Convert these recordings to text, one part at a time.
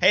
Hey,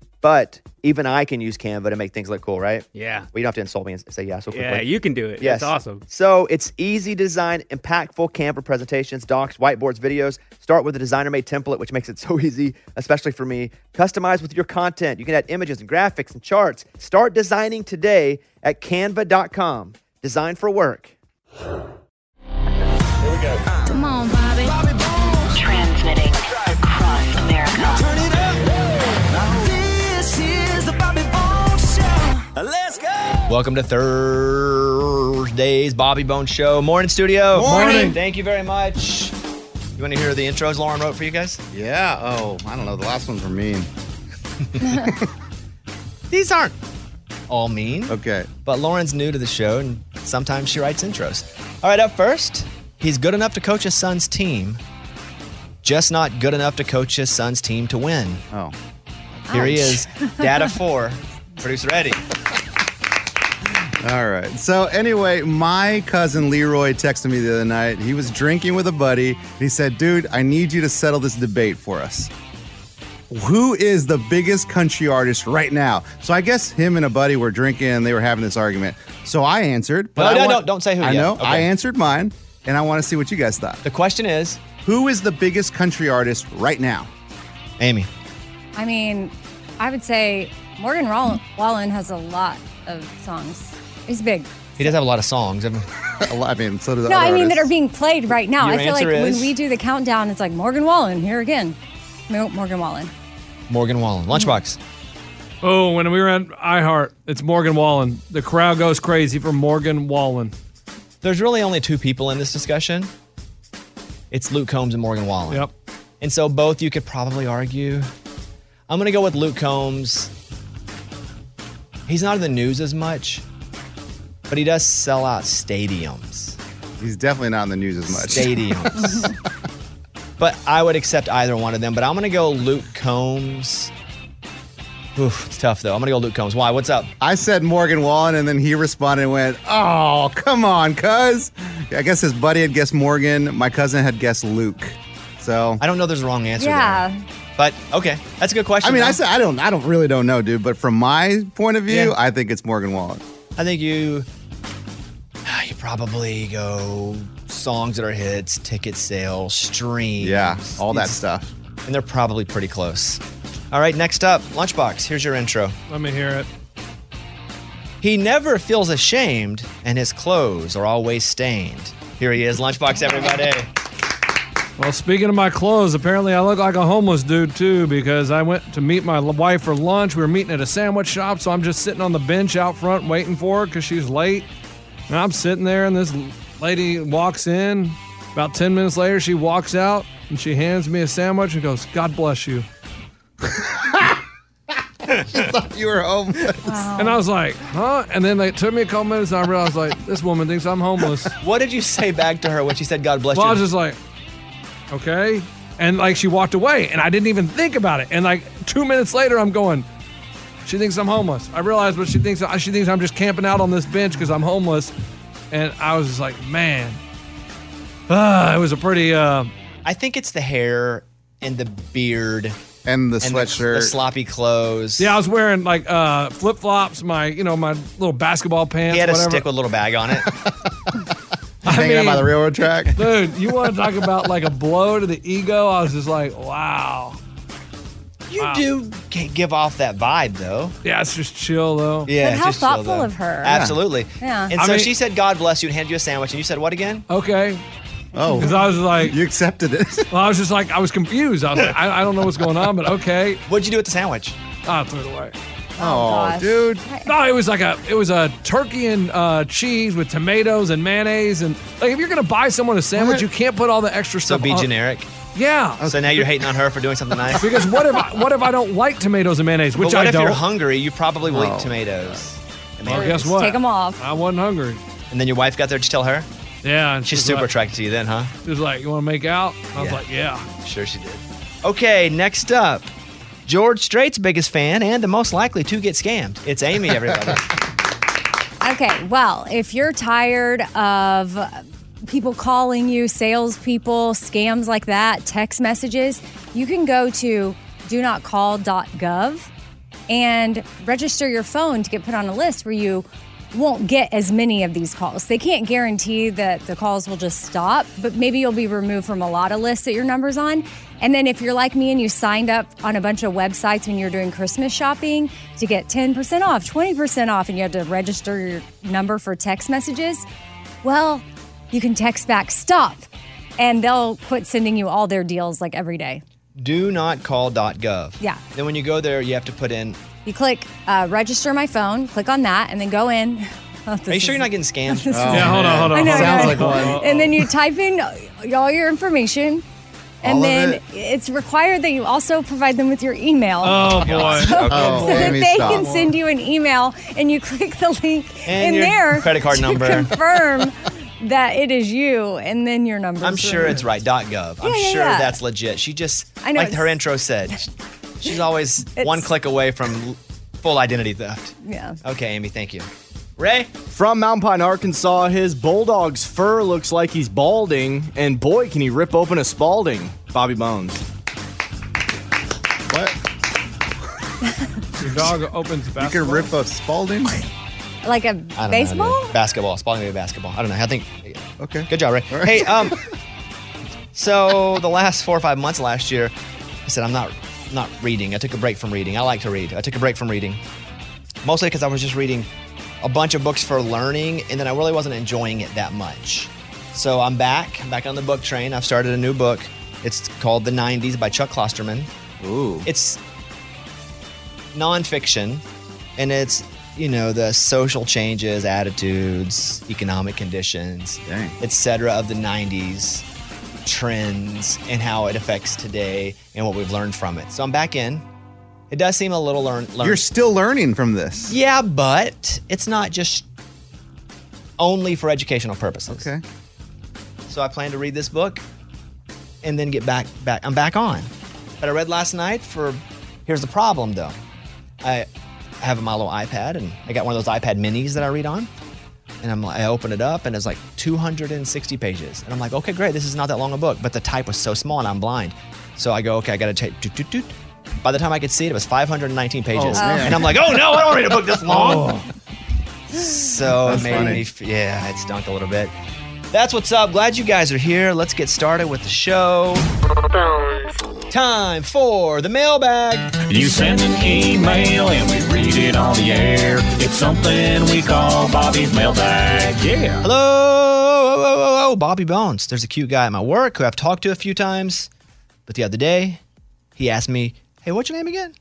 But even I can use Canva to make things look cool, right? Yeah. Well, you don't have to insult me and say yeah so quickly. Yeah, you can do it. Yes. It's awesome. So it's easy design, impactful Canva presentations, docs, whiteboards, videos. Start with a designer made template, which makes it so easy, especially for me. Customize with your content. You can add images and graphics and charts. Start designing today at canva.com. Design for work. Come on, Bobby. Transmitting across America. Turn it up. This is the Bobby Bones Show. Let's go. Welcome to Thursday's Bobby Bone Show. Morning, studio. Morning. Thank you very much. You want to hear the intros Lauren wrote for you guys? Yeah. Oh, I don't know. The last ones were mean. These aren't all mean, Okay. but Lauren's new to the show and sometimes she writes intros. All right, up first, he's good enough to coach his son's team, just not good enough to coach his son's team to win. Oh. Here he is, Data 4, producer Eddie. All right. So anyway, my cousin Leroy texted me the other night. He was drinking with a buddy. He said, "Dude, I need you to settle this debate for us. Who is the biggest country artist right now?" So I guess him and a buddy were drinking and they were having this argument. So I answered, but No, I no, want- no, don't say who I yet. know. Okay. I answered mine, and I want to see what you guys thought. The question is, Who is the biggest country artist right now? Amy, I mean, I would say Morgan Roll- Wallen has a lot of songs. He's big. he does have a lot of songs. I mean, A lot- I mean, so does No, I mean that are being played right now. Your I feel like answer is? when we do the countdown, it's like Morgan Wallen here again. Mo- Morgan Wallen. Morgan Wallen, Lunchbox. Oh, when we were at iHeart, it's Morgan Wallen. The crowd goes crazy for Morgan Wallen. There's really only two people in this discussion. It's Luke Combs and Morgan Wallen. Yep. And so both you could probably argue. I'm going to go with Luke Combs. He's not in the news as much, but he does sell out stadiums. He's definitely not in the news as much. Stadiums. but I would accept either one of them, but I'm going to go Luke Combs. Oof, it's tough though. I'm going to go Luke Combs. Why? What's up? I said Morgan Wallen, and then he responded and went, "Oh, come on, cuz." I guess his buddy had guessed Morgan. My cousin had guessed Luke. So I don't know there's a wrong answer yeah. there. But okay, that's a good question. I mean, though. I said I don't, I don't really don't know, dude. But from my point of view, Yeah. I think it's Morgan Wallen. I think you ah, you probably go songs that are hits, ticket sales, streams. Yeah, all that It's- stuff. And they're probably pretty close. All right, next up, Lunchbox. Here's your intro. Let me hear it. He never feels ashamed, and his clothes are always stained. Here he is, Lunchbox, everybody. Well, speaking of my clothes, apparently I look like a homeless dude too because I went to meet my l- wife for lunch. We were meeting at a sandwich shop, so I'm just sitting on the bench out front waiting for her because she's late. And I'm sitting there, and this l- lady walks in. About 10 minutes later, she walks out and she hands me a sandwich and goes, God bless you. You were homeless. And I was like, huh? And then they took me a couple minutes and I realized, like, this woman thinks I'm homeless. What did you say back to her when she said, God bless Well, I you? was just like, okay. And like she walked away and I didn't even think about it. And like two minutes later, I'm going, she thinks I'm homeless. I realize what she thinks. uh, She thinks I'm just camping out on this bench because I'm homeless. And I was just like, man, Ah, it was a pretty, uh, I think it's the hair and the beard and the and sweatshirt. the, the sloppy clothes. Yeah, I was wearing like uh, flip flops, my you know my little basketball pants. he had a whatever. stick with a little bag on it. I hanging out by mean, the railroad track. Dude, you want to talk about like a blow to the ego? I was just like, wow. you do g- give off that vibe though. Yeah, it's just chill though. Yeah, But how just chill, thoughtful though. of her. Absolutely. Yeah. And I so mean- she said, "God bless you," and handed you a sandwich. And you said, "What again?" Okay. Because Oh, I was like, you accepted it. well, I was just like, I was confused. I was like, I, I don't know what's going on, but okay. Ah, What'd you do with the sandwich? I threw it away. Oh, gosh. dude. No, it was like a it was a turkey and uh, cheese with tomatoes and mayonnaise and like if you're gonna buy someone a What? sandwich, you can't put all the extra So stuff. be on- generic. Yeah. So now you're hating on her for doing something nice. Because what if I, what if I don't like tomatoes and mayonnaise, which but what I if don't. you're hungry? You probably will Oh. eat tomatoes. well, guess Just what? take 'em off. I wasn't hungry. And then your wife got there. Did you tell her? Yeah, and She's she was super like, attracted to you then, huh? She was like, "You want to make out?" I was Yeah. like, "Yeah." Sure, she did. Okay, next up, George Strait's biggest fan and the most likely to get scammed. It's Amy, everybody. Okay, well, if you're tired of people calling you, salespeople, scams like that, text messages, you can go to do not call.gov and register your phone to get put on a list where you won't get as many of these calls. They can't guarantee that the calls will just stop, but maybe you'll be removed from a lot of lists that your number's on. And then if you're like me and you signed up on a bunch of websites when you're doing Christmas shopping to get 10% off, 20% off, and you had to register your number for text messages, well, you can text back stop and they'll quit sending you all their deals like every day. Do not call.gov. Yeah. Then when you go there, you have to put in. You click uh, register my phone, click on that, and then go in. Oh, Are you sure you're not getting scammed? Oh, yeah, hold on, hold on. I know, hold I know. on. Oh, Sounds like one. and then you type in all your information. And All of then it? it's required that you also provide them with your email Oh boy. Oh, so that Amy, they stop. can send you an email and you click the link And in your there credit card to number. confirm that it is you and then your number. I'm sure it's right. .gov. I'm Yeah, yeah, sure yeah. that's legit. She just, I know, like her it's- intro said, she's always one click away from l- full identity theft. Yeah. Okay, Amy, thank you. Ray, From Mount Pine, Arkansas, his bulldog's fur looks like he's balding, and boy, can he rip open a Spalding. Bobby Bones. What? Your dog opens You can basketball. rip a Spalding? Like a I don't know. baseball? dude. Basketball. Spalding Bay basketball. I don't know. I think. Okay. Good job, Ray. All right. Hey, um, so the last four or five months last year, I said I'm not not reading. I took a break from reading. I like to read. I took a break from reading, mostly because I was just reading a bunch of books for learning, and then I really wasn't enjoying it that much. So I'm back. I'm back on the book train. I've started a new book. It's called The 90s by Chuck Klosterman Ooh. it's nonfiction and it's you know the social changes attitudes economic conditions Dang. etc of the 90s trends and how it affects today and what we've learned from it so i'm back in it does seem a little learn, learn- You're still learning from this. yeah but it's not just only for educational purposes Okay. so I plan to read this book and then get back back. I'm back on. But I read last night for here's the problem though. I I have my little iPad and I got one of those iPad minis that I read on. And I'm like, I open it up and it's like 260 pages. And I'm like, okay, great, this is not that long a book. But the type was so small and I'm blind. So I go, okay, I gotta take doot, doot, doot. By the time I could see it, it was 519 pages. man. Oh. and I'm like, oh no, I don't read a book this long. So it made funny. me, f- yeah, it stunk a little bit. That's what's up. Glad you guys are here. Let's get started with the show. Bones. Time for the mailbag. You send an email and we read it on the air. It's something we call Bobby's mailbag. Yeah. Hello, oh, oh, oh, oh, Bobby Bones. There's a cute guy at my work who I've talked to a few times, but the other day he asked me, "Hey, what's your name again?"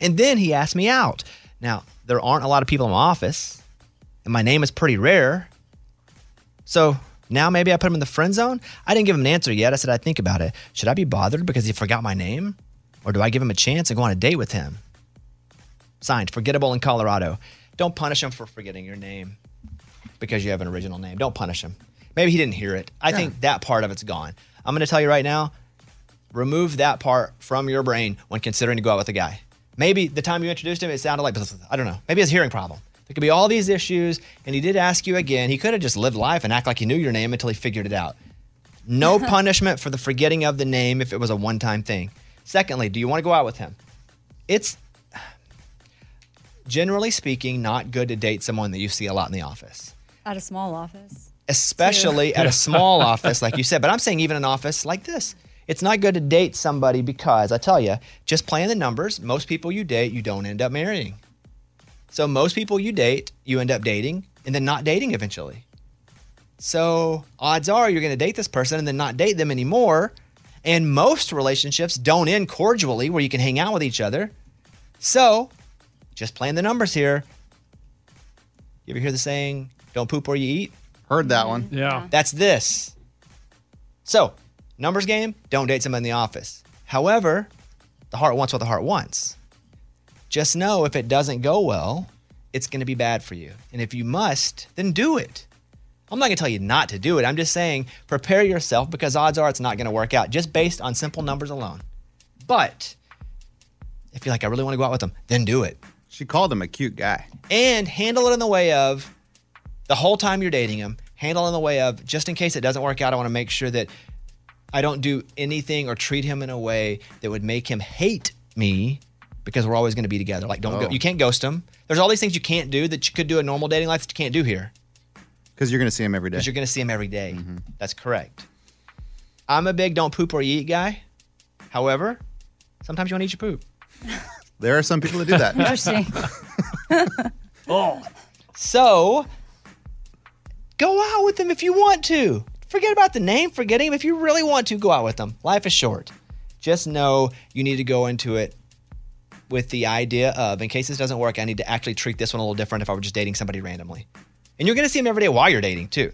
And then he asked me out. Now there aren't a lot of people in my office, and my name is pretty rare. So now maybe I put him in the friend zone. I didn't give him an answer yet. I said I would think about it. Should I be bothered because he forgot my name, or do I give him a chance and go on a date with him? Signed, forgettable in Colorado. Don't punish him for forgetting your name because you have an original name. Don't punish him. Maybe he didn't hear it. I think that part of it's gone. I'm going to tell you right now remove that part from your brain when considering to go out with a guy. Maybe the time you introduced him, it sounded like, I don't know. Maybe it's a hearing problem. There could be all these issues, and he did ask you again. He could have just lived life and act like he knew your name until he figured it out. No punishment for the forgetting of the name if it was a one time thing. Secondly, do you want to go out with him? It's generally speaking not good to date someone that you see a lot in the office, At a small office. especially at a small office like you said. But I'm saying even an office like this. It's not good to date somebody because I tell you, just playing the numbers, most people you date, you don't end up marrying. So most people you date, you end up dating and then not dating eventually. So odds are you're going to date this person and then not date them anymore. And most relationships don't end cordially where you can hang out with each other. So just playing the numbers here. You ever hear the saying, don't poop where you eat? Heard that one. Yeah. That's this. So, numbers game, don't date someone in the office. However, the heart wants what the heart wants. Just know if it doesn't go well, it's going to be bad for you. And if you must, then do it. I'm not going to tell you not to do it. I'm just saying prepare yourself because odds are it's not going to work out just based on simple numbers alone. But if you're like, I really want to go out with them, then do it. She called him a cute guy. And handle it in the way of the whole time you're dating him, handle it in the way of just in case it doesn't work out, I want to make sure that I don't do anything or treat him in a way that would make him hate me because we're always going to be together. Like, don't Oh. go, you can't ghost him. There's all these things you can't do that you could do in normal dating life that you can't do here Because you're going to see him every day. because you're going to see him every day. That's correct. I'm a big don't poop or you eat guy. However, sometimes you want to eat your poop. There are some people that do that. Interesting. oh. So go out with them if you want to. Forget about the name, forget him. If you really want to, go out with them. Life is short. Just know you need to go into it with the idea of, in case this doesn't work, I need to actually treat this one a little different if I were just dating somebody randomly. And you're gonna see them every day while you're dating too.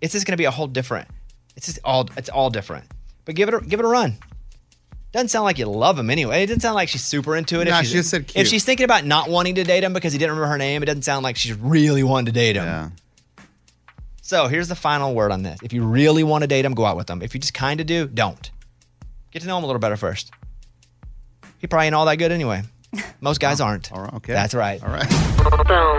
It's just gonna be a whole different. It's just all it's all different. But give it a, give it a run. Doesn't sound like you love him anyway. It doesn't sound like she's super into it. Nah, she's- she just said cute. If she's thinking about not wanting to date him because he didn't remember her name, it doesn't sound like she's really wanting to date him. So here's the final word on this. If you really want to date him, go out with him. If you just kind of do, don't. Get to know him a little better first. He probably ain't all that good anyway. Most guys aren't. All right, okay. That's right. All right.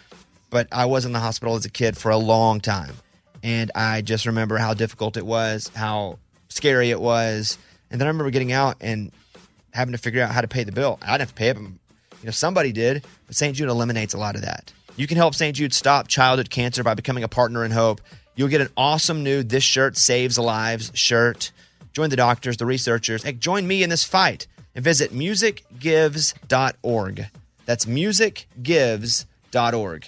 but I was in the hospital as a kid for a long time. And I just remember how difficult it was, how scary it was. And then I remember getting out and having to figure out how to pay the bill. I didn't have to pay it, but you know, somebody did. But St. Jude eliminates a lot of that. You can help St. Jude stop childhood cancer by becoming a partner in hope. You'll get an awesome new This Shirt Saves Lives shirt. Join the doctors, the researchers, and join me in this fight and visit musicgives.org. That's musicgives.org.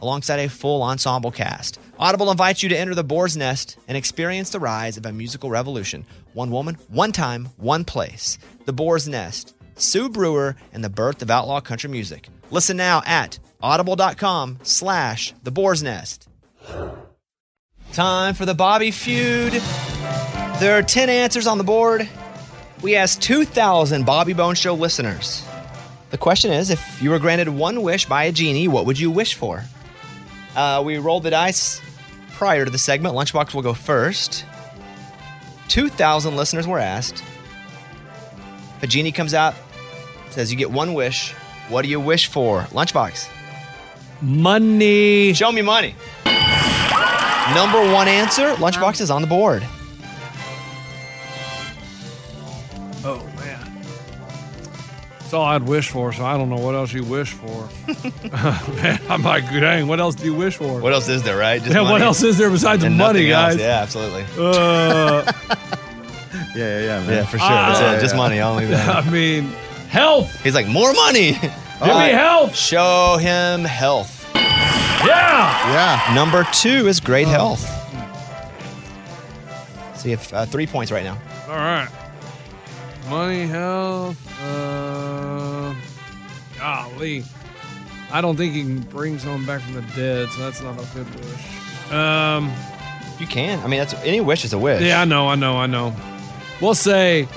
alongside a full ensemble cast. Audible invites you to enter the boar's nest and experience the rise of a musical revolution. One woman, one time, one place. The boar's nest. Sue Brewer and the birth of outlaw country music. Listen now at audible.com slash the boar's nest. Time for the Bobby feud. There are 10 answers on the board. We asked 2,000 Bobby Bone Show listeners. The question is if you were granted one wish by a genie, what would you wish for? Uh, we rolled the dice prior to the segment. Lunchbox will go first. 2,000 listeners were asked. If a genie comes out, says you get one wish, what do you wish for? Lunchbox. Money. Show me money. Number one answer. Lunchbox is on the board. Oh man, that's all I'd wish for. So I don't know what else you wish for. man, I'm like, dang, what else do you wish for? What else is there, right? yeah, what else is there besides And money, nothing else. guys? Yeah, absolutely. Uh, Yeah, yeah, yeah, man. Yeah, for sure. That's Yeah, it. yeah, Just yeah. money only. man. I mean, health. He's like, more money. Give Give me health. Show him health. Yeah. Oh. Yeah. Number two is great health. See if uh, three points right now. All right. Money, health. Uh, golly, I don't think he can bring someone back from the dead, so that's not a good wish. Um. You can. I mean, that's any wish is a wish. Yeah, I know, I know, I know. We'll say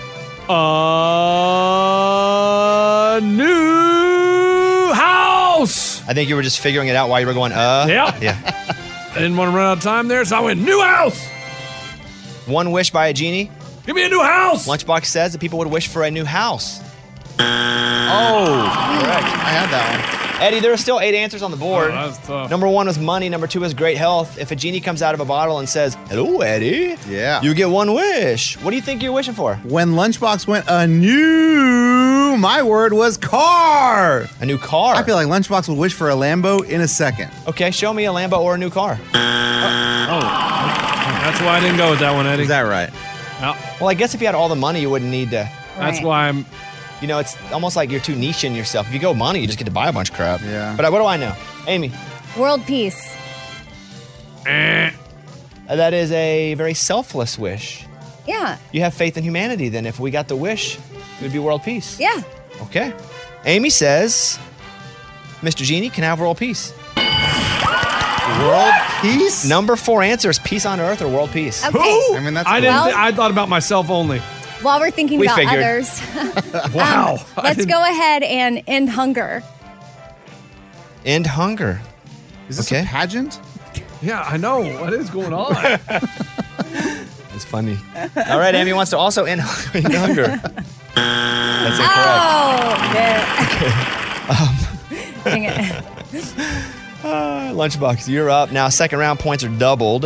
a uh, new house. I think you were just figuring it out while you were going. Uh. Yeah. Yeah. I didn't want to run out of time there, so I went new house. One wish by a genie. Give me a new house. Lunchbox says that people would wish for a new house. Oh, correct. I had that one. Eddie, there are still eight answers on the Oh, board. that was tough. Number one is money. Number two is great health. If a genie comes out of a bottle and says, "Hello, Eddie," Yeah. you get one wish. What do you think you're wishing for? When Lunchbox went a new, my word was car. A new car. I feel like Lunchbox would wish for a Lambo in a second. okay, show me a Lambo or a new car. That's why I didn't go with that one, Eddie. Is that right? No, Well, I guess if you had all the money, you wouldn't need to. that's Right. why I'm. You know, it's almost like you're too niche in yourself. If you go money, you just get to buy a bunch of crap. Yeah. But uh, what do I know? Amy, World peace. eh. uh, that is a very selfless wish. Yeah. You have faith in humanity. Then, if we got the wish, it would be world peace. Yeah. Okay. Amy says, Mr. Genie, can I have world peace? World peace. Number four answer is peace on earth or world peace. Okay. I mean that's. I didn't. Well- I thought about myself only. While we're thinking We about figured. others, Wow. I Um, let's didn't- go ahead and end hunger. End hunger. Is this Okay. a pageant? Yeah, I know. What is going on? That's funny. All right, Amy wants to also end end hunger. That's incorrect. Oh. man. Oh, Dang Um, it. Uh, Lunchbox, you're up. Now, second round points are doubled.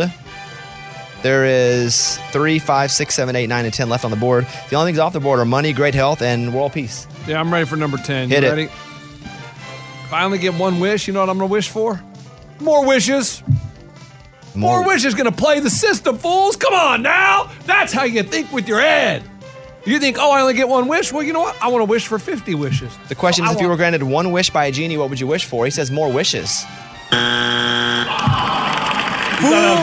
There is three, five, six, seven, eight, nine, and 10 left on the board. The only things off the board are money, great health, and world peace. yeah, I'm ready for number ten. Hit you it. ready? If I only get one wish, you know what I'm gonna wish for? More wishes. More Wish is going to play the system, fools. Come on now. That's how you think with your head. You think, oh, I only get one wish. Well, you know what? I want to wish for 50 wishes. The question I is if you want- were granted one wish by a genie, what would you wish for? He says more wishes.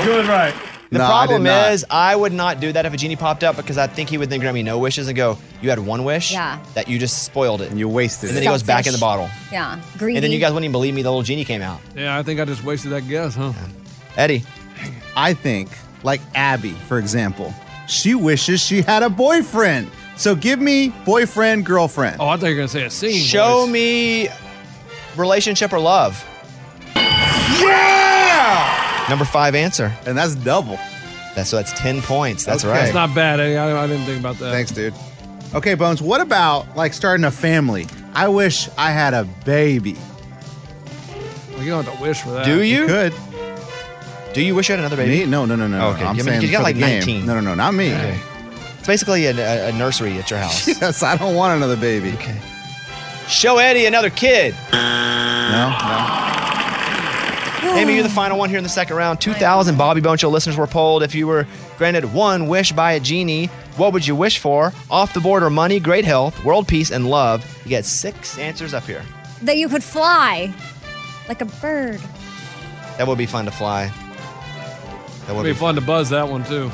good, right? The No, I problem did not. is, I would not do that if a genie popped up because I think he would then grant me no wishes and go, You had one wish? Yeah. That you just spoiled it. And you wasted And then it. he goes back in the Selfish. bottle. Yeah. Greedy. And then you guys wouldn't even believe me. The little genie came out. Yeah, I think I just wasted that guess, huh? Eddie, I think, like Abby, for example, she wishes she had a boyfriend. So give me boyfriend, girlfriend. Oh, I thought you were going to say a singing show voice. me relationship or love. Yeah! Number five answer. And that's double. That's so that's 10 points. That's Okay. right. It's not bad, Eddie. I, I didn't think about that. Thanks, dude. Okay, Bones, what about like starting a family? I wish I had a baby. Well, you don't have to wish for that. do you? Could. Do you wish you had another baby? Me? No, no, no, no. Okay, no. I'm give me- saying you got for like the game. 19. No, no, no, not me. Okay. It's basically a, a, a nursery at your house. Yes, I don't want another baby. Okay. Show Eddie another kid. No, no. Amy, you're the final one here in the second round. 2,000 Bobby Bone Show listeners were polled. If you were granted one wish by a genie, what would you wish for? Off the board are money, great health, world peace, and love. You get six answers up here. that you could fly like a bird. That would be fun to fly. That would It'd be fun to buzz that one, too.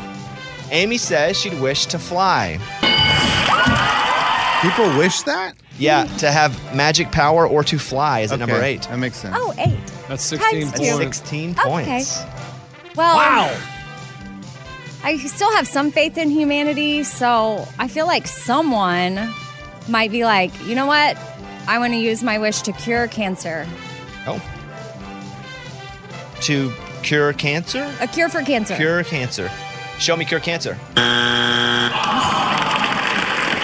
Amy says she'd wish to fly. People wish that? Yeah, to have magic power or to fly is at number Okay, eight. That makes sense. Oh, eight. That's Times two. That's 16 points. Okay. Well, wow. I still have some faith in humanity, so I feel like someone might be like, you know what? I want to use my wish to cure cancer. Oh. To cure cancer? A cure for cancer. Cure cancer. Show me cure cancer.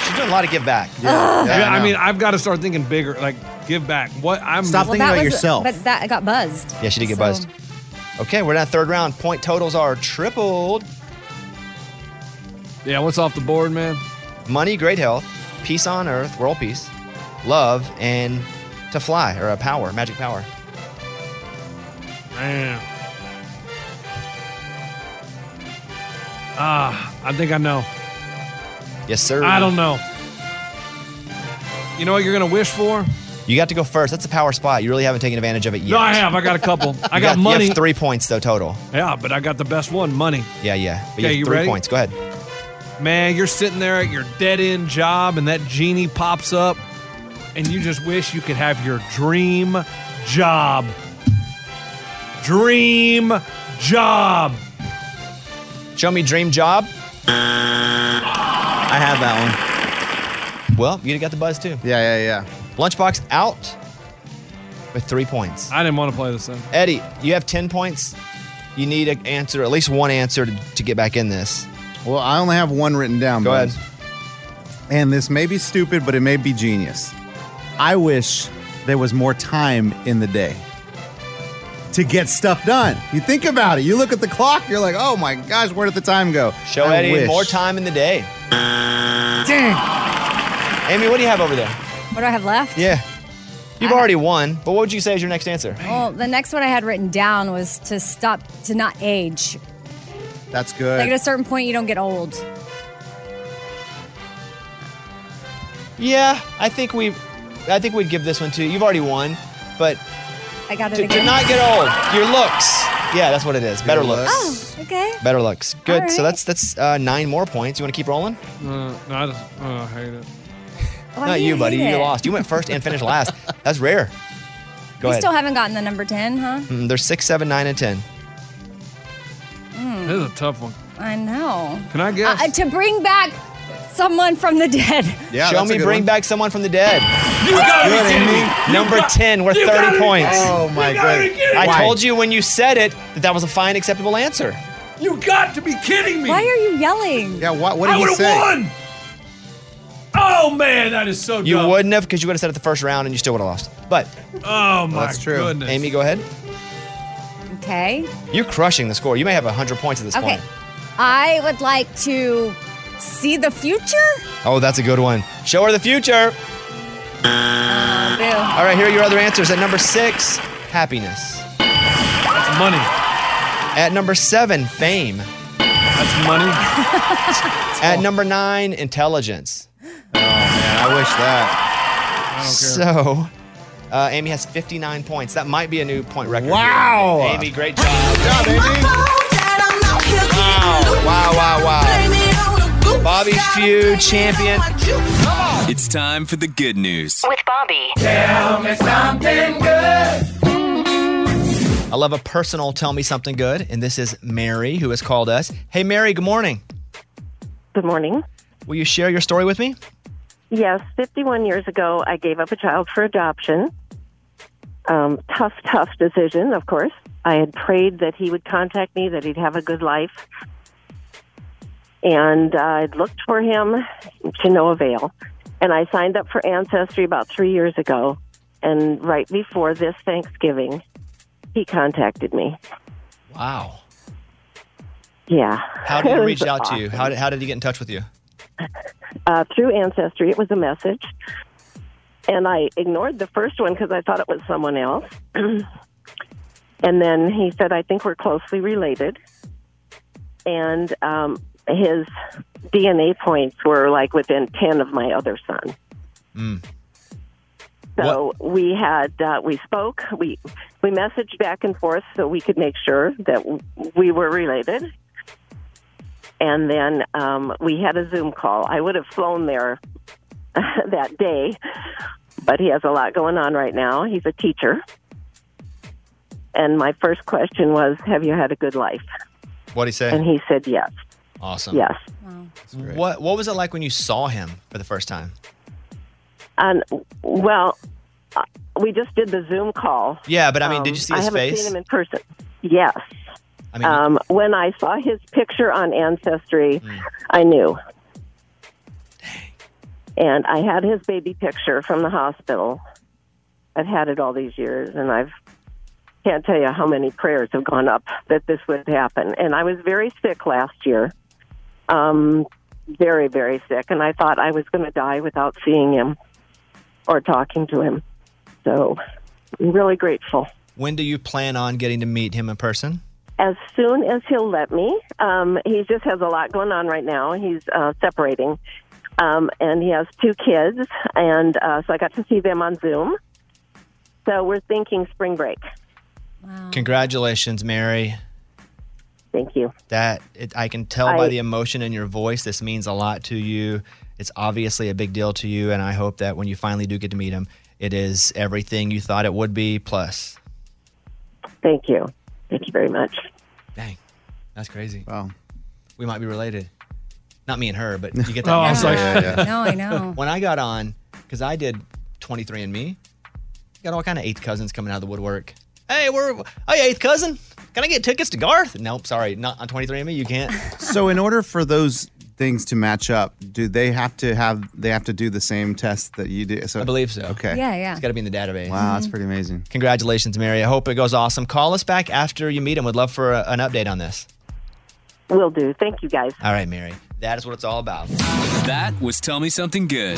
She's doing a lot of give back. Yeah, Yeah, I, know. mean, I've got to start thinking bigger. Like, give back. What I'm Well, that was- But that I got buzzed. Yeah, she did get So- buzzed. Okay, we're in that third round. Point totals are tripled. Yeah, what's off the board, man? Money, great health, peace on earth, world peace, love, and to fly or a power, magic power. Man. Ah, I think I know. Yes, sir. I don't know. You know what you're gonna wish for? You got to go first. That's a power spot. You really haven't taken advantage of it yet. No, I have. I got a couple. I You got, you money. three points though total. Yeah, but I got the best one, money. Yeah, yeah. But you Okay, have you three ready? points. Go ahead. Man, you're sitting there at your dead end job and that genie pops up and you just wish you could have your dream job. Dream job. Show me dream job. I have that Well, you got the buzz too. one. Yeah, yeah, yeah. Lunchbox out with three points. I didn't want to play this thing. Eddie, you have ten points. You need an answer, at least one answer to, to get back in this. Well, I only have one written down. Go Buzz. ahead. And this may be stupid, but it may be genius. I wish there was more time in the day to get stuff done. You think about it. You look at the clock. You're like, oh my gosh, where did the time go? Show I Eddie wish. more time in the day. Dang. Amy, what do you have over there? What do I have left? Yeah. You've already won, but what would you say is your next answer? Well, the next one I had written down was to stop, to not age. That's good. Like at a certain point, you don't get old. Yeah, I think we I think we'd give this one to you. You've already won, but I got it to, to again. not get old, your looks. Yeah, that's what it is. Better looks. oh, okay. Better looks. Good. All So right. that's that's uh, nine more points. You want to keep rolling? Uh, no, I just oh, I hate it. Why Not do you, buddy. hate You it? lost. You went first and finished last. That's rare. Go we ahead. still haven't gotten the number 10, huh? Mm, There's six, seven, nine, and ten. This is a tough one. I know. Can I guess? Uh, to bring back someone from the dead. yeah, Show that's a me good bring one. back someone from the dead. you gotta be kidding me. Number ten. We're thirty points. Oh my gotta god. get it. I told you when you said it that that was a fine, acceptable answer. You got to be kidding me. Why are you yelling? Yeah, what, what did I he would say? have won. Oh man, that is so You dumb. wouldn't have because you would have said it the first round and you still would have lost. But Oh my That's true. goodness. Amy, go ahead. Okay. You're crushing the score. You may have hundred points at this Okay. point. I would like to see the future. Oh, that's a good one. Show her the future. Oh, boo. All right, here are your other answers. At number six, happiness. That's money. At number seven, fame. That's money. Oh. At number nine, intelligence. Man, I wish that. I don't care. So, uh, Amy has 59 points. That might be a new point record. Wow. here. Amy, great job. Yeah, baby. Wow, wow, wow, wow. Bobby's feud champion. It's time for the good news. With Bobby. I love a personal tell me something good. And this is Mary who has called us. Hey, Mary, good morning. Good morning. Will you share your story with me? Yes, 51 years ago, I gave up a child for adoption. Um, tough, tough decision, of course. I had prayed that he would contact me, that he'd have a good life. And uh, I'd looked for him to no avail. And I signed up for Ancestry about three years ago. And right before this Thanksgiving, he contacted me. Wow. Yeah. How did It he was reach out to you? awesome. How did, how did he get in touch with you? uh, through Ancestry. It was a message. And I ignored the first one because I thought it was someone else. and then he said, I think we're closely related. And um, his DNA points were like within 10 of my other son. So we had uh, we spoke we we messaged back and forth so we could make sure that w- we were related and then um, we had a Zoom call. I would have flown there that day, but he has a lot going on right now. He's a teacher. And my first question was, Have you had a good life? What'd he say? And he said, Yes. awesome. Yes. What What was it like when you saw him for the first time? And well, uh, we just did the Zoom call. Um, Yeah, but I mean, did you see I his haven't face? seen him in person. Yes. I mean- um, when I saw his picture on Ancestry, I knew. And I had his baby picture from the hospital. I've had it all these years, and I've can't tell you how many prayers have gone up that this would happen. And I was very sick last year, um, very very sick, and I thought I was going to die without seeing him or talking to him. So I'm really grateful. When do you plan on getting to meet him in person? As soon as he'll let me, um, he just has a lot going on right now. He's uh, separating, um, and he has two kids, and uh, so I got to see them on Zoom. So we're thinking spring break. Congratulations, Mary. Thank you. That it, I can tell by I- the emotion in your voice. This means a lot to you. It's obviously a big deal to you, and I hope that when you finally do get to meet him, it is everything you thought it would be. Plus, Thank you. Thank you very much. that's crazy. Wow, we might be related. Not me and her, but you get that. Oh, I was message. like- Yeah, yeah, yeah. No, I know. when I got on, because I did 23andMe, got all kind of eighth cousins coming out of the woodwork. Hey, we're oh yeah, eighth cousin. Can I get tickets to Garth? Nope, sorry, not on 23andMe. You can't. So, in order for those things to match up, do they have to have they have to do the same test that you do? So, I believe so. Okay. Yeah, Mm-hmm. yeah. It's got to be in the database. Wow, that's pretty amazing. Congratulations, Mary. I hope it goes awesome. Call us back after you meet him. Would love for a, an update on this. Will do. Thank you, guys. All right, Mary. That is what it's all about. That was Tell Me Something Good.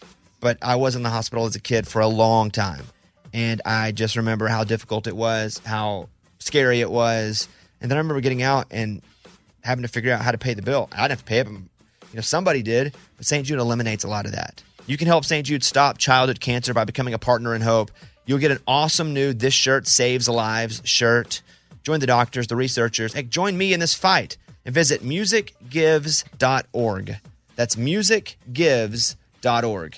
but I was in the hospital as a kid for a long time. And I just remember how difficult it was, how scary it was. And then I remember getting out and having to figure out how to pay the bill. I didn't have to pay it, but you know, somebody did. But St. Jude eliminates a lot of that. You can help St. Jude stop childhood cancer by becoming a partner in hope. You'll get an awesome new This Shirt Saves Lives shirt. Join the doctors, the researchers, and join me in this fight and visit musicgives.org. That's musicgives.org.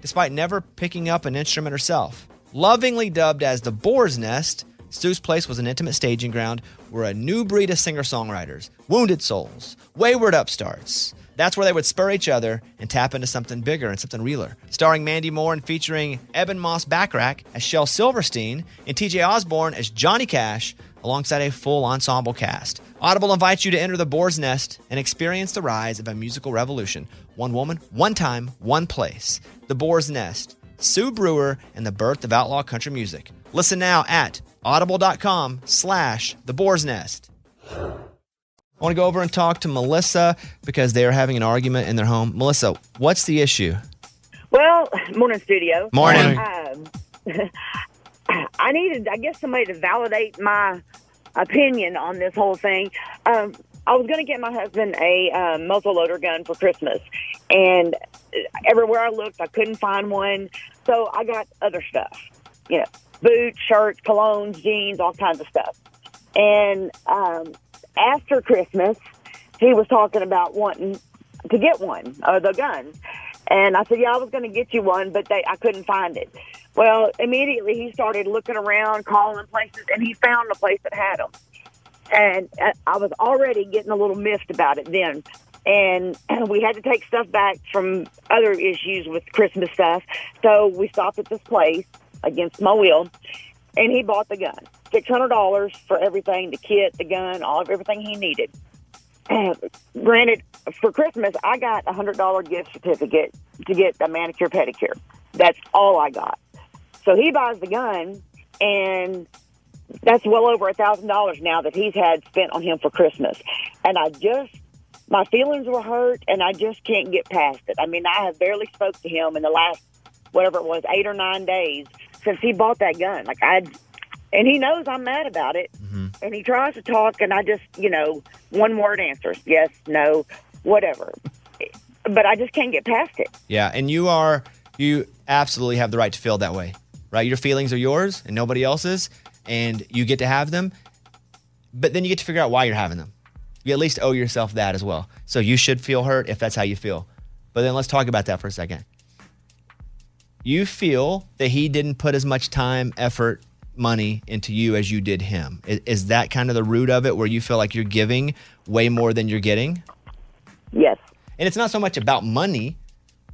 despite never picking up an instrument herself. Lovingly dubbed as the Boar's Nest, Stu's Place was an intimate staging ground where a new breed of singer songwriters, wounded souls, wayward upstarts, that's where they would spur each other and tap into something bigger and something realer. Starring Mandy Moore and featuring Eben Moss Backrack as Shel Silverstein and TJ Osborne as Johnny Cash, alongside a full ensemble cast. Audible invites you to enter the boar's nest and experience the rise of a musical revolution. One woman, one time, one place. The boar's nest. Sue Brewer and the birth of outlaw country music. Listen now at audible.com slash the boar's nest. I want to go over and talk to Melissa because they are having an argument in their home. Melissa, what's the issue? Well, morning studio. Morning. Um, I needed, I guess, somebody to validate my opinion on this whole thing. Um, I was going to get my husband a um, muzzle loader gun for Christmas, and everywhere I looked, I couldn't find one. So I got other stuff, you know, boots, shirts, colognes, jeans, all kinds of stuff. And um, after Christmas, he was talking about wanting to get one or the gun. And I said, "Yeah, I was going to get you one, but they, I couldn't find it." Well, immediately he started looking around, calling places, and he found the place that had them. And uh, I was already getting a little miffed about it then. And we had to take stuff back from other issues with Christmas stuff. So we stopped at this place against my will, and he bought the gun. Six hundred dollars for everything—the kit, the gun, all of everything he needed granted, for Christmas, I got a hundred dollar gift certificate to get a manicure pedicure. That's all I got. So he buys the gun, and that's well over a thousand dollars now that he's had spent on him for Christmas. And I just, my feelings were hurt, and I just can't get past it. I mean, I have barely spoke to him in the last whatever it was, eight or nine days since he bought that gun. Like I, and he knows I'm mad about it, and he tries to talk, and I just, you know, one word answers yes, no, whatever. But I just can't get past it. Yeah, and you are you absolutely have the right to feel that way. Right? Your feelings are yours and nobody else's and you get to have them. But then you get to figure out why you're having them. You at least owe yourself that as well. So you should feel hurt if that's how you feel. But then let's talk about that for a second. You feel that he didn't put as much time, effort, money into you as you did him. Is, is that kind of the root of it where you feel like you're giving way more than you're getting? Yes. And it's not so much about money,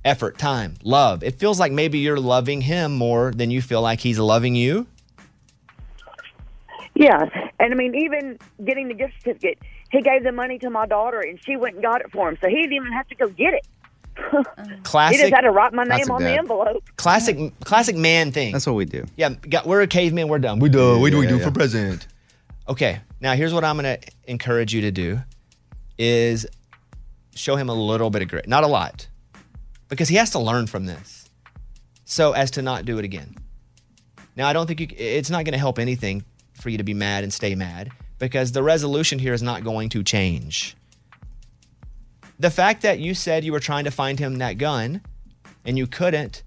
effort, time, love. It feels like maybe you're loving him more than you feel like he's loving you. Yeah, and I mean, even getting the gift certificate, he gave the money to my daughter, and she went and got it for him, so he didn't even have to go get it. Classic. He just had to write my name Classic on the dad. envelope. Classic, classic man thing. That's what we do. Yeah, got, we're a caveman. We're dumb. We do. what do we Yeah, do yeah. for president? Okay, now here's what I'm going to encourage you to do: is show him a little bit of grace, not a lot, because he has to learn from this, so as to not do it again. Now, I don't think you, it's not going to help anything for you to be mad and stay mad because the resolution here is not going to change. The fact that you said you were trying to find him that gun and you couldn't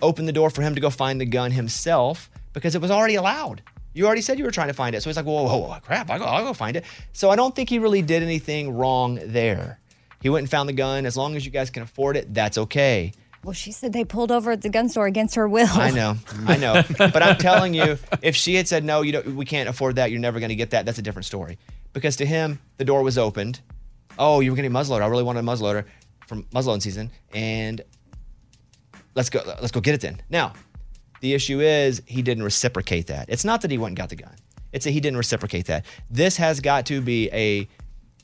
opened the door for him to go find the gun himself because it was already allowed. You already said you were trying to find it. So he's like, whoa, whoa, whoa crap, I'll go, I'll go find it. So I don't think he really did anything wrong there. He went and found the gun. As long as you guys can afford it, that's okay. Well, she said they pulled over at the gun store against her will. I know, I know. But I'm telling you, if she had said no, you don't, we can't afford that. You're never going to get that. That's a different story. Because to him, the door was opened. Oh, you were getting a muzzleloader. I really wanted a muzzleloader from muzzleloading season, and let's go. Let's go get it then. Now, the issue is he didn't reciprocate that. It's not that he went and got the gun. It's that he didn't reciprocate that. This has got to be a.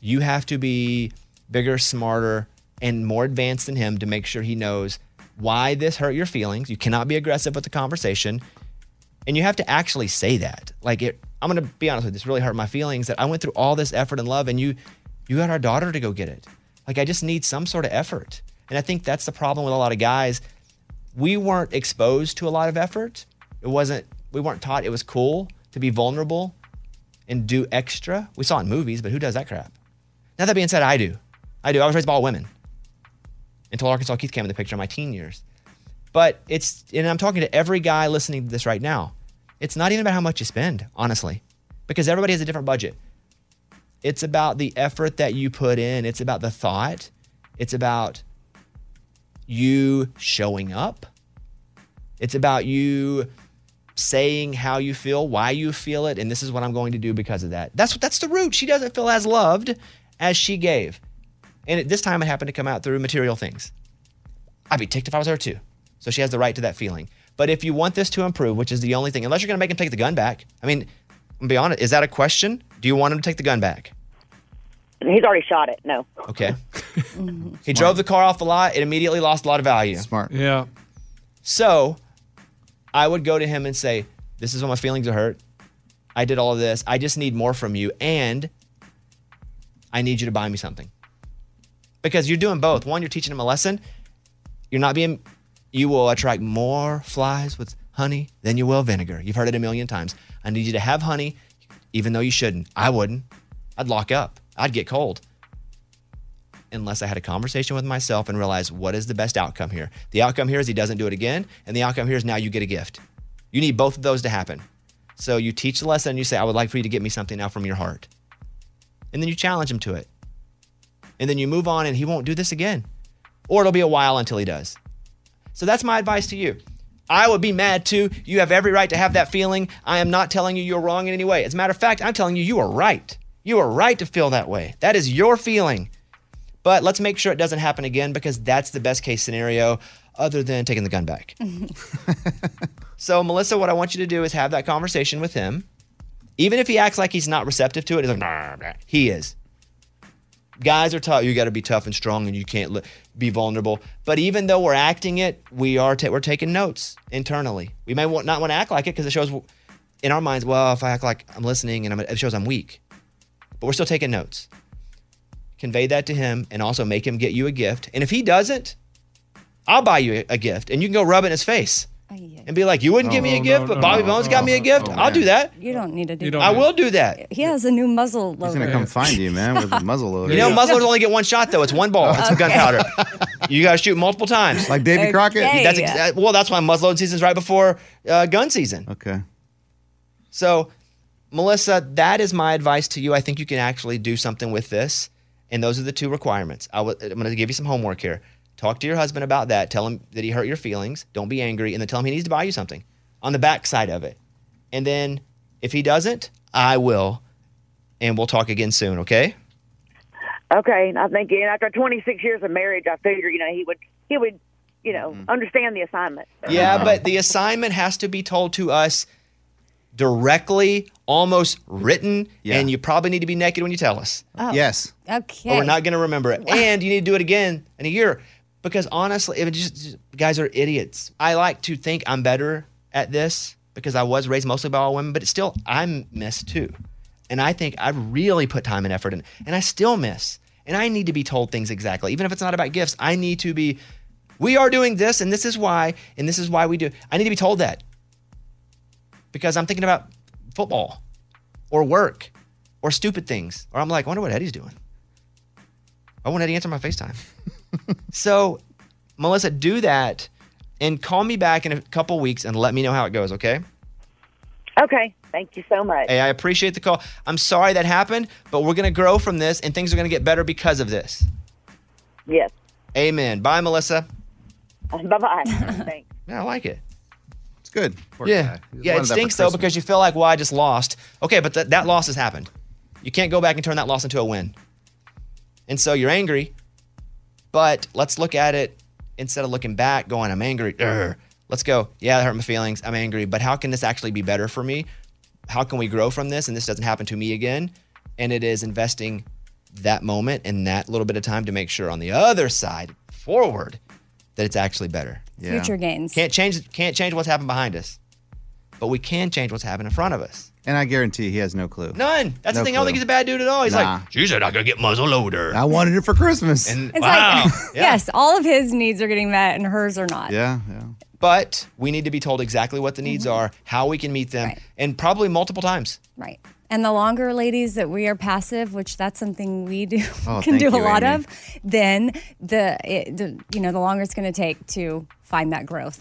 You have to be bigger, smarter, and more advanced than him to make sure he knows why this hurt your feelings. You cannot be aggressive with the conversation. And you have to actually say that. Like it, I'm gonna be honest with you, this really hurt my feelings that I went through all this effort and love and you you got our daughter to go get it. Like I just need some sort of effort. And I think that's the problem with a lot of guys. We weren't exposed to a lot of effort. It wasn't we weren't taught it was cool to be vulnerable and do extra. We saw it in movies, but who does that crap? Now that being said, I do. I do. I was raised by all women until Arkansas Keith came in the picture in my teen years. But it's, and I'm talking to every guy listening to this right now. It's not even about how much you spend, honestly, because everybody has a different budget. It's about the effort that you put in, it's about the thought, it's about you showing up, it's about you saying how you feel, why you feel it, and this is what I'm going to do because of that. That's that's the root. She doesn't feel as loved as she gave. And it, this time it happened to come out through material things. I'd be ticked if I was her too. So she has the right to that feeling. But if you want this to improve, which is the only thing, unless you're going to make him take the gun back, I mean, I'm gonna be honest, is that a question? Do you want him to take the gun back? He's already shot it. No. Okay. he drove the car off the lot. It immediately lost a lot of value. Smart. Yeah. So I would go to him and say, This is when my feelings are hurt. I did all of this. I just need more from you. And I need you to buy me something. Because you're doing both. One, you're teaching him a lesson. You're not being, you will attract more flies with honey than you will vinegar. You've heard it a million times. I need you to have honey, even though you shouldn't. I wouldn't. I'd lock up, I'd get cold. unless I had a conversation with myself and realized what is the best outcome here. The outcome here is he doesn't do it again, and the outcome here is now you get a gift. You need both of those to happen. So you teach the lesson, you say, I would like for you to get me something now from your heart. And then you challenge him to it. And then you move on, and he won't do this again. Or it'll be a while until he does. So that's my advice to you. I would be mad too. You have every right to have that feeling. I am not telling you you're wrong in any way. As a matter of fact, I'm telling you you are right. You are right to feel that way. That is your feeling. But let's make sure it doesn't happen again because that's the best case scenario other than taking the gun back. So, Melissa, what I want you to do is have that conversation with him. Even if he acts like he's not receptive to it, he's like, nah, nah," he is. Guys are taught you got to be tough and strong and you can't li- be vulnerable. But even though we're acting it, we are ta- we're taking notes internally. We may want, not want to act like it because it shows in our minds, well, if I act like I'm listening and I'm, it shows I'm weak. But we're still taking notes. Convey that to him and also make him get you a gift. And if he doesn't, I'll buy you a- a gift and you can go rub it in his face and be like, you wouldn't give me a gift, but Bobby Bones got me a gift. I'll do that. You don't need to do I will do that. He has a new muzzle loader. He's gonna come find you, man, with a muzzle loader. You know, muzzlers only get one shot though. It's one ball. It's gunpowder. You got to shoot multiple times, like Davy Okay. Crockett? That's ex- that- well, that's why muzzleloading season is right before uh, gun season. Okay. So, Melissa, that is my advice to you. I think you can actually do something with this, and those are the two requirements. I w- I'm going to give you some homework here. Talk to your husband about that. Tell him that he hurt your feelings. Don't be angry, and then tell him he needs to buy you something on the back side of it. And then, if he doesn't, I will, and we'll talk again soon. Okay. Okay, I think you know, after 26 years of marriage, I figured you know he would he would you know Mm-hmm. understand the assignment. Yeah, but the assignment has to be told to us directly, almost written, and you probably need to be naked when you tell us. Oh. Yes. Okay. Or we're not going to remember it. And you need to do it again in a year because honestly, it just, just- guys are idiots. I like to think I'm better at this because I was raised mostly by all women, but it's still I miss too. And I think I really put time and effort in, and I still miss. And I need to be told things exactly, even if it's not about gifts. I need to be. We are doing this, and this is why, and this is why we do. I need to be told that because I'm thinking about football or work or stupid things. Or I'm like, I wonder what Eddie's doing. I want Eddie to answer my FaceTime. so, Melissa, do that and call me back in a couple weeks and let me know how it goes, okay? Okay, thank you so much. Hey, I appreciate the call. I'm sorry that happened, but we're going to grow from this and things are going to get better because of this. Yes. Amen. Bye, Melissa. Bye bye. Thanks. Yeah, I like it. It's good. yeah. Yeah, it stinks though because you feel like, well, I just lost. Okay, but that that loss has happened. You can't go back and turn that loss into a win. And so you're angry, but let's look at it instead of looking back, going, I'm angry. Urgh. Let's go. Yeah, that hurt my feelings. I'm angry, but how can this actually be better for me? How can we grow from this and this doesn't happen to me again? And it is investing that moment and that little bit of time to make sure on the other side forward that it's actually better. Future gains. Can't change can't change what's happened behind us. But we can change what's happened in front of us. And I guarantee he has no clue. None. That's No the thing. I don't clue. think he's a bad dude at all. He's Nah. like, she's not gonna get muzzle loader. I wanted it for Christmas. And It's wow. like, yes, all of his needs are getting met and hers are not. yeah, yeah. But we need to be told exactly what the needs Mm-hmm. are, how we can meet them, and probably multiple times. Right. And the longer, ladies, that we are passive, which that's something we do Oh, can do thank you, a lot Amy. of, then the, it, the you know the longer it's going to take to find that growth.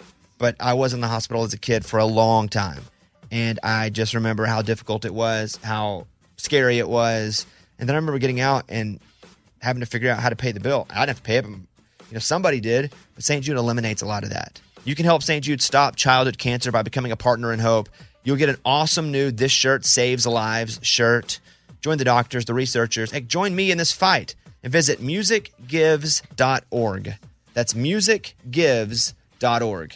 but I was in the hospital as a kid for a long time. And I just remember how difficult it was, how scary it was. And then I remember getting out and having to figure out how to pay the bill. I didn't have to pay it, but you know somebody did. But St. Jude eliminates a lot of that. You can help St. Jude stop childhood cancer by becoming a partner in hope. You'll get an awesome new "This Shirt Saves Lives" shirt. Join the doctors, the researchers, and join me in this fight. And visit musicgives.org. That's musicgives.org.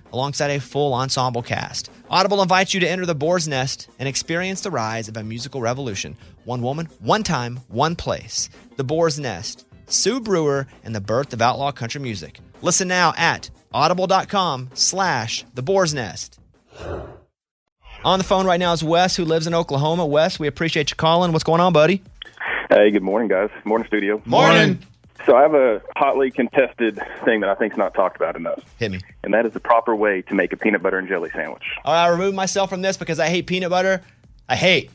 alongside a full ensemble cast. Audible invites you to enter the boar's nest and experience the rise of a musical revolution. One woman, one time, one place. The boar's nest. Sue Brewer and the birth of outlaw country music. Listen now at audible.com slash the boar's nest. On the phone right now is Wes, who lives in Oklahoma. Wes, we appreciate you calling. What's going on, buddy? Hey, good morning, guys. Morning, studio. Morning. So I have a hotly contested thing that I think's not talked about enough, Hit me. and that is the proper way to make a peanut butter and jelly sandwich. All right, I remove myself from this because I hate peanut butter. I hate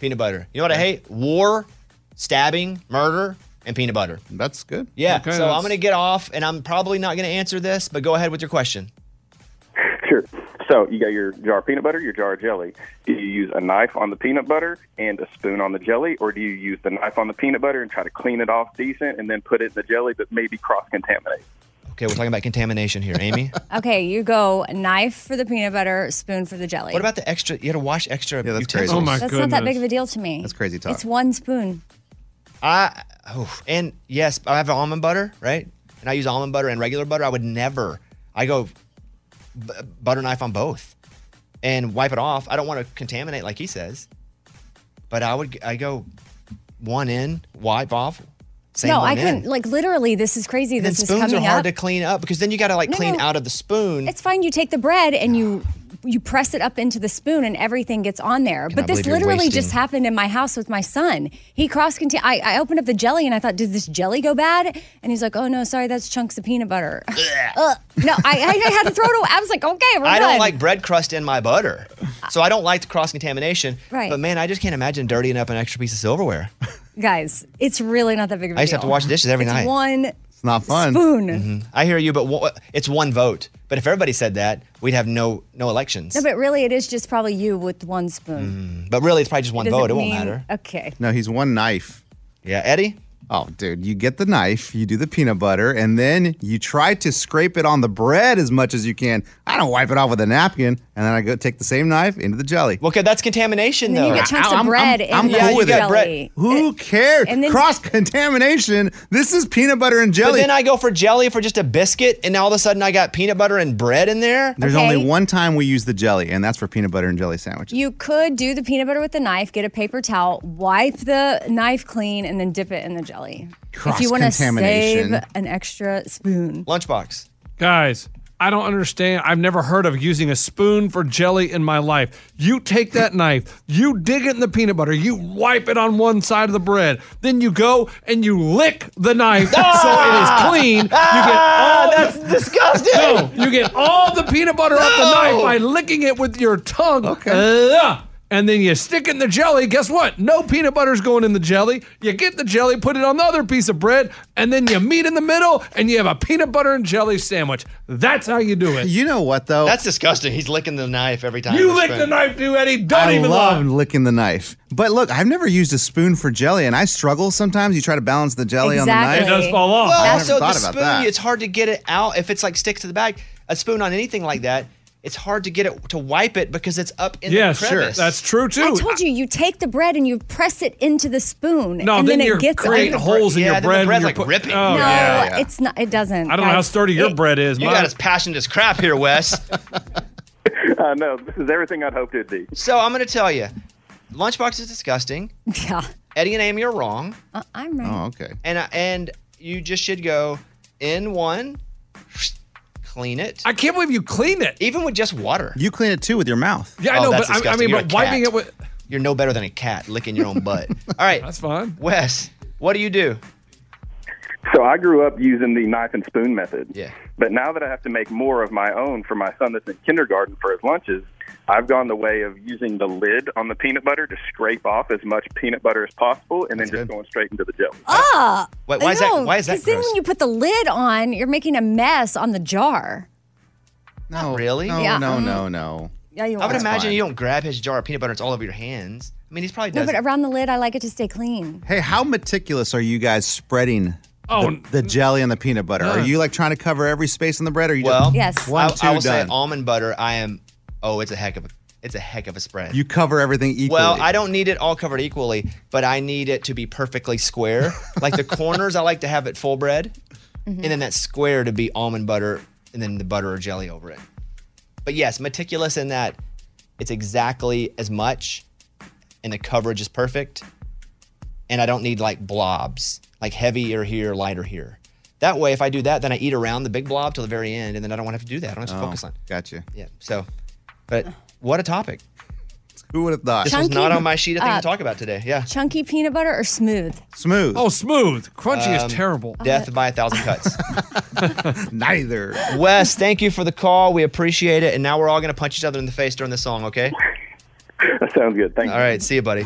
peanut butter. You know what I hate? War, stabbing, murder, and peanut butter. That's good. Yeah. Okay, so that's- I'm going to get off, and I'm probably not going to answer this, but go ahead with your question. Sure. So you got your jar of peanut butter, your jar of jelly. Do you use a knife on the peanut butter and a spoon on the jelly, or do you use the knife on the peanut butter and try to clean it off decent and then put it in the jelly, but maybe cross contaminate? Okay, we're talking about contamination here, Amy. Okay, you go knife for the peanut butter, spoon for the jelly. what about the extra? You had to wash extra. Yeah, that's Oh, That's not that big of a deal to me. crazy It's one spoon. I oh, and yes, I have almond butter, right? And I use almond butter and regular butter. I would never. I go b- butter knife on both and wipe it off. I don't want to contaminate like he says, but I would. I go one in, wipe off. Same no, one I in. couldn't. Like literally, this is crazy. And then This is spoons coming are hard up. to clean up because then you got to like No, clean no. out of the spoon. It's fine. You take the bread and you you press it up into the spoon and everything gets on there. Cannot but this believe you're literally wasting- just happened in my house with my son. He cross contain. I, I opened up the jelly and I thought, did this jelly go bad? And he's like, oh no, sorry, that's chunks of peanut butter. Ugh. No, I, I, I had to throw it away. I was like, okay, we're I done. don't like bread crust in my butter, so I don't like the cross contamination. Right. But man, I just can't imagine dirtying up an extra piece of silverware. Guys, it's really not that big of a deal. I used to have to wash dishes every It's night. Mm-hmm. One It's not Mm-hmm. fun. spoon. I hear you, but wha- it's one vote. But if everybody said that, we'd have no no elections. No, but really, it is just probably you with one spoon. But really, it's probably just one doesn't vote. Mm-hmm. It won't mean- matter. Okay. No, he's one knife. Yeah, Eddie? Oh, dude, you get the knife, you do the peanut butter, and then you try to scrape it on the bread as much as you can. I don't wipe it off with a napkin, and then I go take the same knife into the jelly. Okay, that's contamination, And then you though. get chunks of I'm, bread I'm, in I'm the cool with jelly. it. Who cares? and then- Cross contamination. This is peanut butter and But jelly. then I go for jelly for just a biscuit, and all of a sudden I got peanut butter and bread in there. There's only one time we use the jelly, and that's for peanut butter and jelly sandwiches. You could do the peanut butter with a knife, get a paper towel, wipe the knife clean, and then dip it in the jelly. If you want to save Cross-contamination. an extra spoon. Lunchbox. Guys, I don't understand. I've never heard of using a spoon for jelly in my life. You take that knife, you dig it in the peanut butter, you wipe it on one side of the bread, then you go and you lick the knife Ah! so it is clean. You get Ah, all that's disgusting. No, you get all the peanut butter off the No. knife by licking it with your tongue. Okay. and then you stick it in the jelly. Guess what? No peanut butter's going in the jelly. You get the jelly, put it on the other piece of bread, and then you meet in the middle, and you have a peanut butter and jelly sandwich. That's how you do it. You know what though? That's disgusting. He's licking the knife every time. You with a lick the spoon. knife too, Eddie. Don't I even love lie. licking the knife. But look, I've never used a spoon for jelly, and I struggle sometimes. You try to balance the jelly on the knife. Well, Oh, I also the never thought about spoon, that. it's hard to get it out if it's like sticks to the bag. A spoon on anything like that, it's hard to get it to wipe it because it's up in Yeah, the sure. crevice. That's true too. I told you, you take the bread and you press it into the spoon, No, and then, then, you're it gets creating on the holes in Yeah, your then the bread. and bread's you're like ripping. Oh, no, yeah. yeah. it's not. It doesn't. I don't know how guys. sturdy your bread is. You Mine- got us passionate as crap here, Wes. I know this Uh, is everything I'd hoped it'd be. So I'm going to tell you, Lunchbox is disgusting. Yeah. Eddie and Amy are wrong. Uh, I'm right. Oh, okay. And I- and you just should go in one, clean it. I can't believe you clean it. Even with just water. You clean it too with your mouth. Yeah, I Oh, know, that's but I- I disgusting. mean, You're a but wiping cat. it with. You're no better than a cat licking your own butt. All right. That's fine. Wes, what do you do? So I grew up using the knife and spoon method. Yeah. But now that I have to make more of my own for my son that's in kindergarten for his lunches, I've gone the way of using the lid on the peanut butter to scrape off as much peanut butter as possible and then just going straight into the jelly. Ah. Wait, why is that- why is that Because then gross? when you put the lid on, you're making a mess on the jar. No. really? No, Yeah. no, no, no. Yeah, you I would are. imagine you don't grab his jar of peanut butter, it's all over your hands. I mean, he's probably No, does. but around the lid, I like it to stay clean. Hey, how meticulous are you guys spreading Oh, the, the jelly and the peanut butter? Are None. you like trying to cover every space in the bread? Or you well, just, I, one, two, I will done. say almond butter, I am oh, it's a heck of a it's a heck of a spread. you cover everything equally. Well, I don't need it all covered equally, but I need it to be perfectly square. like the corners, I like to have it full bread, and then that square to be almond butter, and then the butter or jelly over it. But yes, meticulous in that it's exactly as much, and the coverage is perfect, and I don't need like blobs, like heavier here, lighter here. That way, if I do that, then I eat around the big blob till the very end, and then I don't want to have to do that. I don't have to Oh, focus on. Gotcha. Yeah. So, but what a topic. Who would have thought? This was Chunky, not on my sheet of things uh, to talk about today. Yeah. Chunky peanut butter or smooth? Smooth. Oh, smooth. Crunchy Um, is terrible. Death by a thousand cuts. Neither. Wes, thank you for the call. We appreciate it. And now we're all going to punch each other in the face during the song, okay? that sounds good. Thank you. All right. See you, buddy.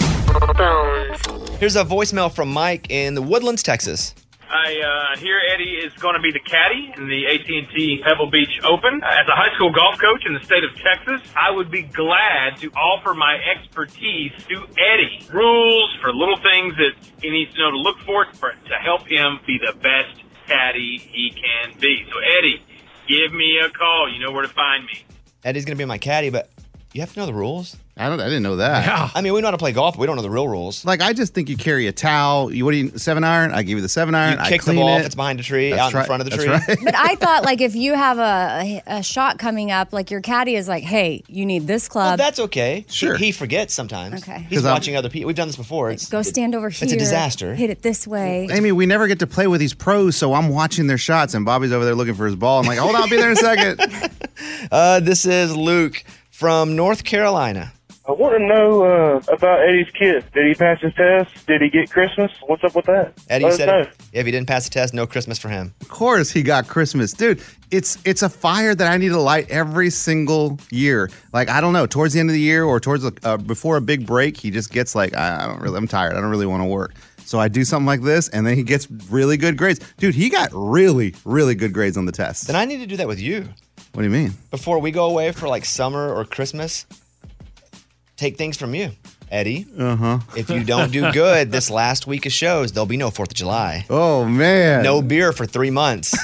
Here's a voicemail from Mike in the Woodlands, Texas. I uh, hear Eddie is going to be the caddy in the AT&T Pebble Beach Open. As a high school golf coach in the state of Texas, I would be glad to offer my expertise to Eddie. Rules for little things that he needs to know to look for for- to help him be the best caddy he can be. So Eddie, give me a call. You know where to find me. Eddie's going to be my caddy, but you have to know the rules. I don't. I didn't know that. I mean, we know how to play golf, but we don't know the real rules. Like I just think you carry a towel. You what do you seven iron? I give you the seven iron. I kick the clean ball it. if it's behind a tree, out in right. front of the That's tree. right. But I thought, like, if you have a, a, a shot coming up, like your caddy is like, hey, you need this club. That's okay. Sure. He, he forgets sometimes. Okay. He's 'Cause I'm- watching other people. We've done this before. It's, Go stand over It's here. a disaster. Hit it this way. Amy, we never get to play with these pros, so I'm watching their shots, and Bobby's over there looking for his ball. I'm like, hold on, I'll be there in a second. Uh, this is Luke from North Carolina. I want to know uh, about Eddie's kid. Did he pass his test? Did he get Christmas? What's up with that? Eddie Let us said, know. if he didn't pass the test, no Christmas for him. Of course, he got Christmas, dude. It's it's a fire that I need to light every single year. Like I don't know, towards the end of the year or towards the- uh, before a big break, he just gets like, I, I don't really, I'm tired. I don't really want to work. So I do something like this, and then he gets really good grades, dude. He got really, really good grades on the test. Then I need to do that with you. What do you mean? Before we go away for like summer or Christmas, take things from you, Eddie. Uh huh. If you don't do good this last week of shows, there'll be no 4th of July. Oh man. No beer for three months.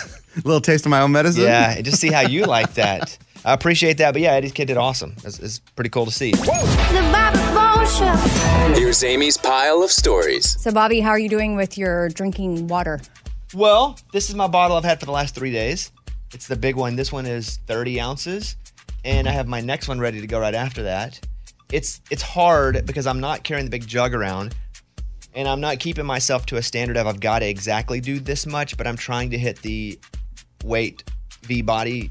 Little taste of my own medicine. yeah, just see how you like that. I appreciate that. But yeah, Eddie's kid did awesome. It's, it's pretty cool to see. The Bobby Bones Show. Here's Amy's pile of stories. So, Bobby, how are you doing with your drinking water? Well, this is my bottle I've had for the last three days. It's the big one. This one is 30 ounces, and I have my next one ready to go right after that. It's it's hard because I'm not carrying the big jug around, and I'm not keeping myself to a standard of I've got to exactly do this much, but I'm trying to hit the weight v body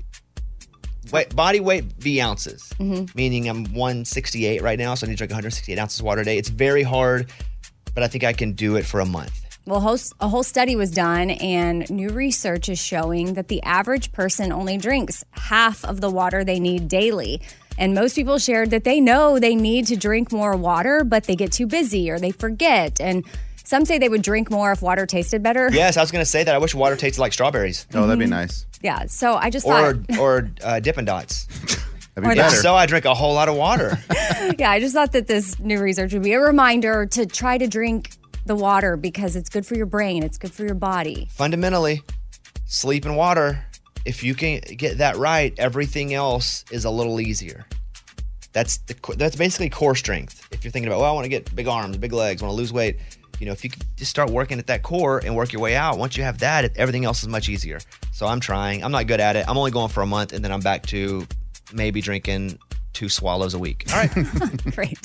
weight body weight v ounces Mhm. meaning I'm 168 right now, so I need to drink 168 ounces of water a day. It's very hard, but I think I can do it for a month. Well, whole, a whole study was done, and new research is showing that the average person only drinks half of the water they need daily. And most people shared that they know they need to drink more water, but they get too busy or they forget. And some say they would drink more if water tasted better. Yes, I was gonna say that. I wish water tasted like strawberries. Oh, that'd be nice. Yeah. So I just Or thought, or uh, Dippin' Dots. be Or that. better. So I drink a whole lot of water. yeah, I just thought that this new research would be a reminder to try to drink the water because it's good for your brain, it's good for your body. Fundamentally, sleep and water. If you can get that right, everything else is a little easier. That's the co- that's basically core strength. If you're thinking about, well, I want to get big arms, big legs, want to lose weight, you know, if you could just start working at that core and work your way out, once you have that, it- everything else is much easier. So I'm trying. I'm not good at it. I'm only going for a month, and then I'm back to maybe drinking two swallows a week. All right. Great.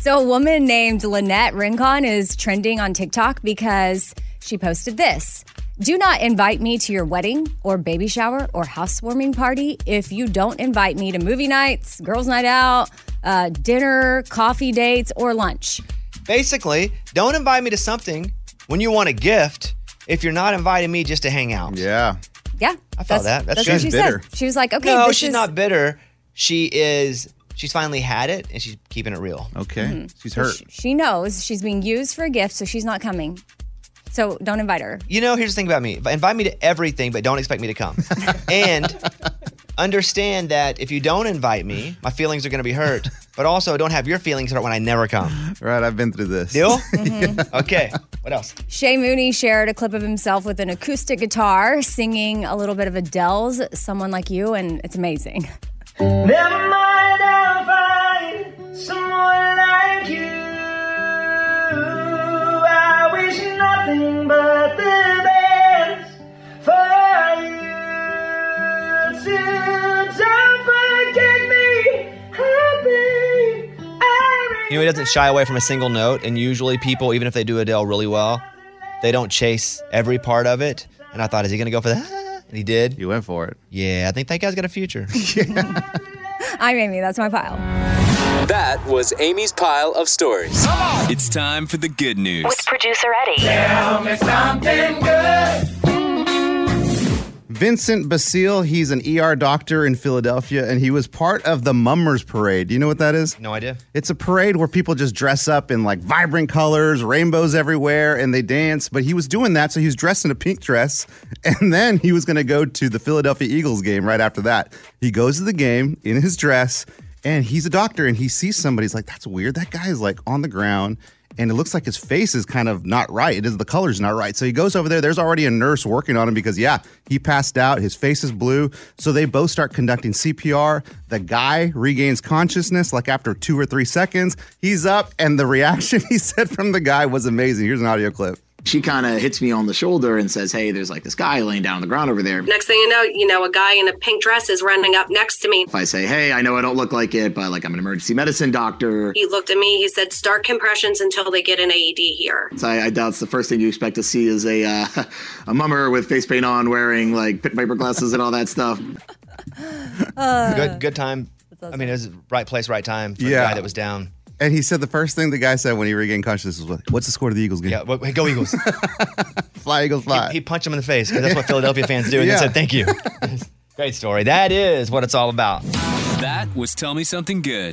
So, a woman named Lynette Rincon is trending on TikTok because she posted this Do not invite me to your wedding or baby shower or housewarming party if you don't invite me to movie nights, girls' night out, uh, dinner, coffee dates, or lunch. Basically, don't invite me to something when you want a gift if you're not inviting me just to hang out. Yeah. Yeah. I felt that. That's what good. she She's bitter. said. She was like, okay, no, this she's is- not bitter. She is. She's finally had it, and she's keeping it real. Okay, she's So She, she knows she's being used for a gift, so she's not coming. So, don't invite her. You know, here's the thing about me: invite me to everything, but don't expect me to come. and understand that if you don't invite me, my feelings are going to be hurt. But also, don't have your feelings hurt when I never come. Right, I've been through this. Deal? Okay. What else? Shay Mooney shared a clip of himself with an acoustic guitar singing a little bit of Adele's Someone Like You, and it's amazing. Never mind, I'll find someone like you. I wish nothing but the best for you. too. Don't forget me, happy. You know, he doesn't shy away from a single note, and usually people, even if they do Adele really well, they don't chase every part of it. And I thought, is he going to go for that? And he did. He went for it. Yeah, I think that guy's got a future. I'm Amy, that's my pile. That was Amy's pile of stories. It's time for the good news. producer Eddie. Tell me something good. Vincent Basile, he's an ER doctor in Philadelphia, and he was part of the Mummers Parade. Do you know what that is? No idea. It's a parade where people just dress up in like vibrant colors, rainbows everywhere, and they dance. But he was doing that, so he was dressed in a pink dress. And then he was going to go to the Philadelphia Eagles game right after that. He goes to the game in his dress, and he's a doctor, and he sees somebody. He's like, that's weird. That guy is like on the ground. And it looks like his face is kind of not right. It is the color's not right. So he goes over there. There's already a nurse working on him because yeah, he passed out. His face is blue. So they both start conducting CPR. The guy regains consciousness like after two or three seconds. He's up, and the reaction he said from the guy was amazing. Here's an audio clip. She kind of hits me on the shoulder and says, Hey, there's like this guy laying down on the ground over there. Next thing you know, you know, a guy in a pink dress is running up next to me. If I say, Hey, I know I don't look like it, but like I'm an emergency medicine doctor. He looked at me. He said, "Start compressions until they get an AED here." So I, I doubt it's the first thing you expect to see is a uh, a mummer with face paint on, wearing like pit viper glasses and all that stuff. good, good time. I mean, it was right place, right time for the Uh, Yeah. guy that was down. And he said the first thing the guy said when he regained consciousness was, "What's the score to the Eagles game?" Yeah, go Eagles! fly Eagles, fly! He, he punched him in the face because that's what Philadelphia fans do. And Uh, Yeah. they said, thank you. Great story. That is what it's all about. That was Tell Me Something Good.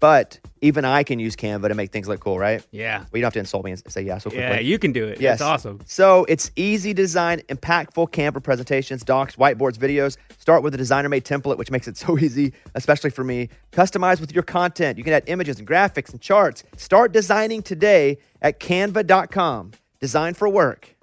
But even I can use Canva to make things look cool, right? Yeah. Well, you don't have to insult me and say yeah so quickly. Yeah, you can do it. Yes. It's awesome. So it's easy design, impactful Canva presentations, docs, whiteboards, videos. Start with a designer made template, which makes it so easy, especially for me. Customize with your content. You can add images and graphics and charts. Start designing today at canva.com. Design for work.